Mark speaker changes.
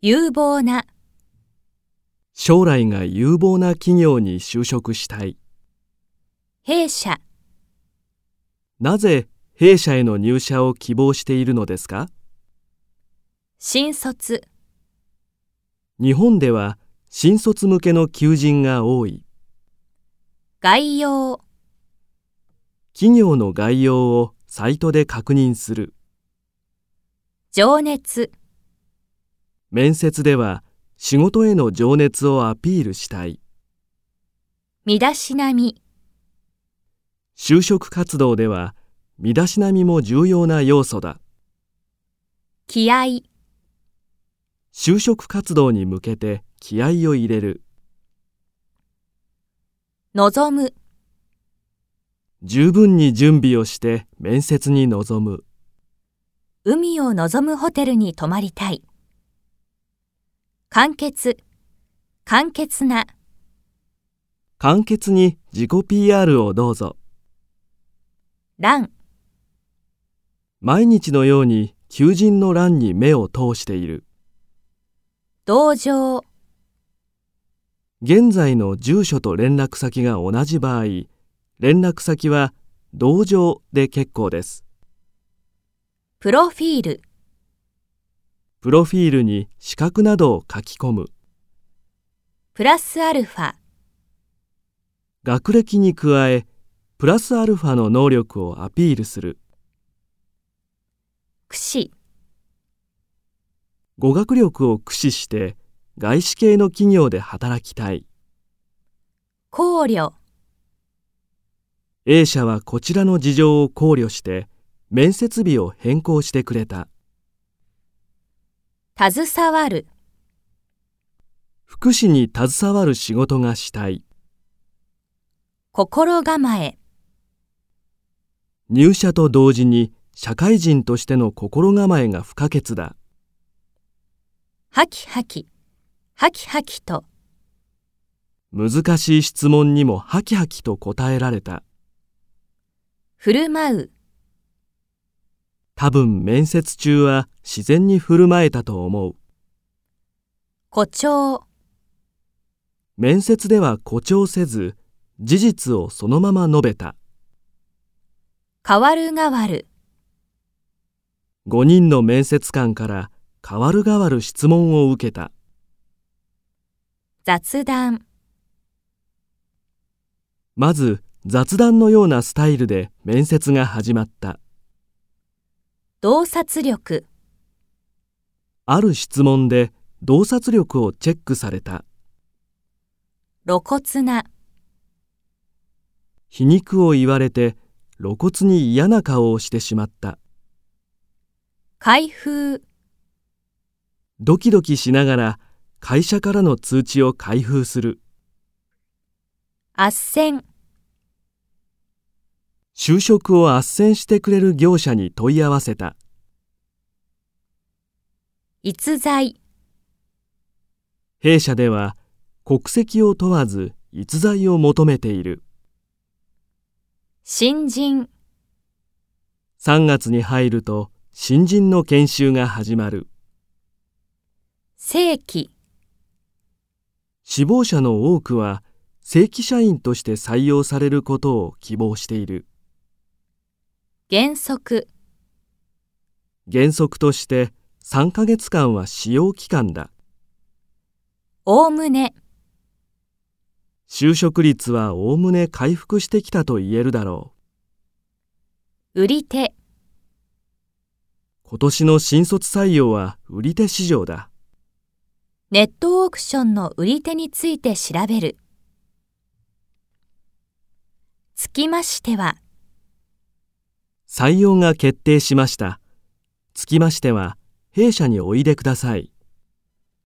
Speaker 1: 有望な、
Speaker 2: 将来が有望な企業に就職したい。
Speaker 1: 弊社、
Speaker 2: なぜ弊社への入社を希望しているのですか
Speaker 1: 新卒、
Speaker 2: 日本では新卒向けの求人が多い。
Speaker 1: 概要、
Speaker 2: 企業の概要をサイトで確認する。
Speaker 1: 情熱、
Speaker 2: 面接では仕事への情熱をアピールしたい。
Speaker 1: 身だしなみ、
Speaker 2: 就職活動では身だしなみも重要な要素だ。
Speaker 1: 気合、
Speaker 2: 就職活動に向けて気合を入れる。
Speaker 1: 望む、
Speaker 2: 十分に準備をして面接に臨む。
Speaker 1: 海を望むホテルに泊まりたい。簡潔、簡潔な、
Speaker 2: 簡潔に自己 PR をどうぞ。
Speaker 1: 欄、
Speaker 2: 毎日のように求人の欄に目を通している。
Speaker 1: 同情、
Speaker 2: 現在の住所と連絡先が同じ場合、連絡先は同情で結構です。
Speaker 1: プロフィール、
Speaker 2: プロフィールに資格などを書き込む。
Speaker 1: プラスアルファ、
Speaker 2: 学歴に加え、プラスアルファの能力をアピールする。
Speaker 1: くし、
Speaker 2: 語学力を駆使して、外資系の企業で働きたい。
Speaker 1: 考慮、
Speaker 2: A 社はこちらの事情を考慮して、面接日を変更してくれた。
Speaker 1: 携わる、
Speaker 2: 福祉に携わる仕事がしたい。
Speaker 1: 心構え、
Speaker 2: 入社と同時に社会人としての心構えが不可欠だ。
Speaker 1: ハキハキ、ハキハキと、
Speaker 2: 難しい質問にもハキハキと答えられた。
Speaker 1: 振る舞う、
Speaker 2: 多分面接中は自然に振る舞えたと思う。
Speaker 1: 誇張、
Speaker 2: 面接では誇張せず、事実をそのまま述べた。
Speaker 1: 変わる変わる、
Speaker 2: 5人の面接官から代わる代わる質問を受けた。
Speaker 1: 雑談、
Speaker 2: まず雑談のようなスタイルで面接が始まった。
Speaker 1: 洞察力、
Speaker 2: ある質問で洞察力をチェックされた。
Speaker 1: 露骨な、
Speaker 2: 皮肉を言われて露骨に嫌な顔をしてしまった。
Speaker 1: 開封、
Speaker 2: ドキドキしながら会社からの通知を開封する。
Speaker 1: 斡旋、
Speaker 2: 就職を斡旋してくれる業者に問い合わせた。
Speaker 1: 逸材、
Speaker 2: 弊社では国籍を問わず逸材を求めている。
Speaker 1: 新人、
Speaker 2: 3月に入ると新人の研修が始まる。
Speaker 1: 正規、
Speaker 2: 志望者の多くは正規社員として採用されることを希望している。
Speaker 1: 原則、
Speaker 2: 原則として3ヶ月間は使用期間だ。
Speaker 1: おおむね、
Speaker 2: 就職率はおおむね回復してきたと言えるだろう。
Speaker 1: 売り手、
Speaker 2: 今年の新卒採用は売り手市場だ。
Speaker 1: ネットオークションの売り手について調べる。つきましては、
Speaker 2: 採用が決定しました。つきましては、弊社においでください。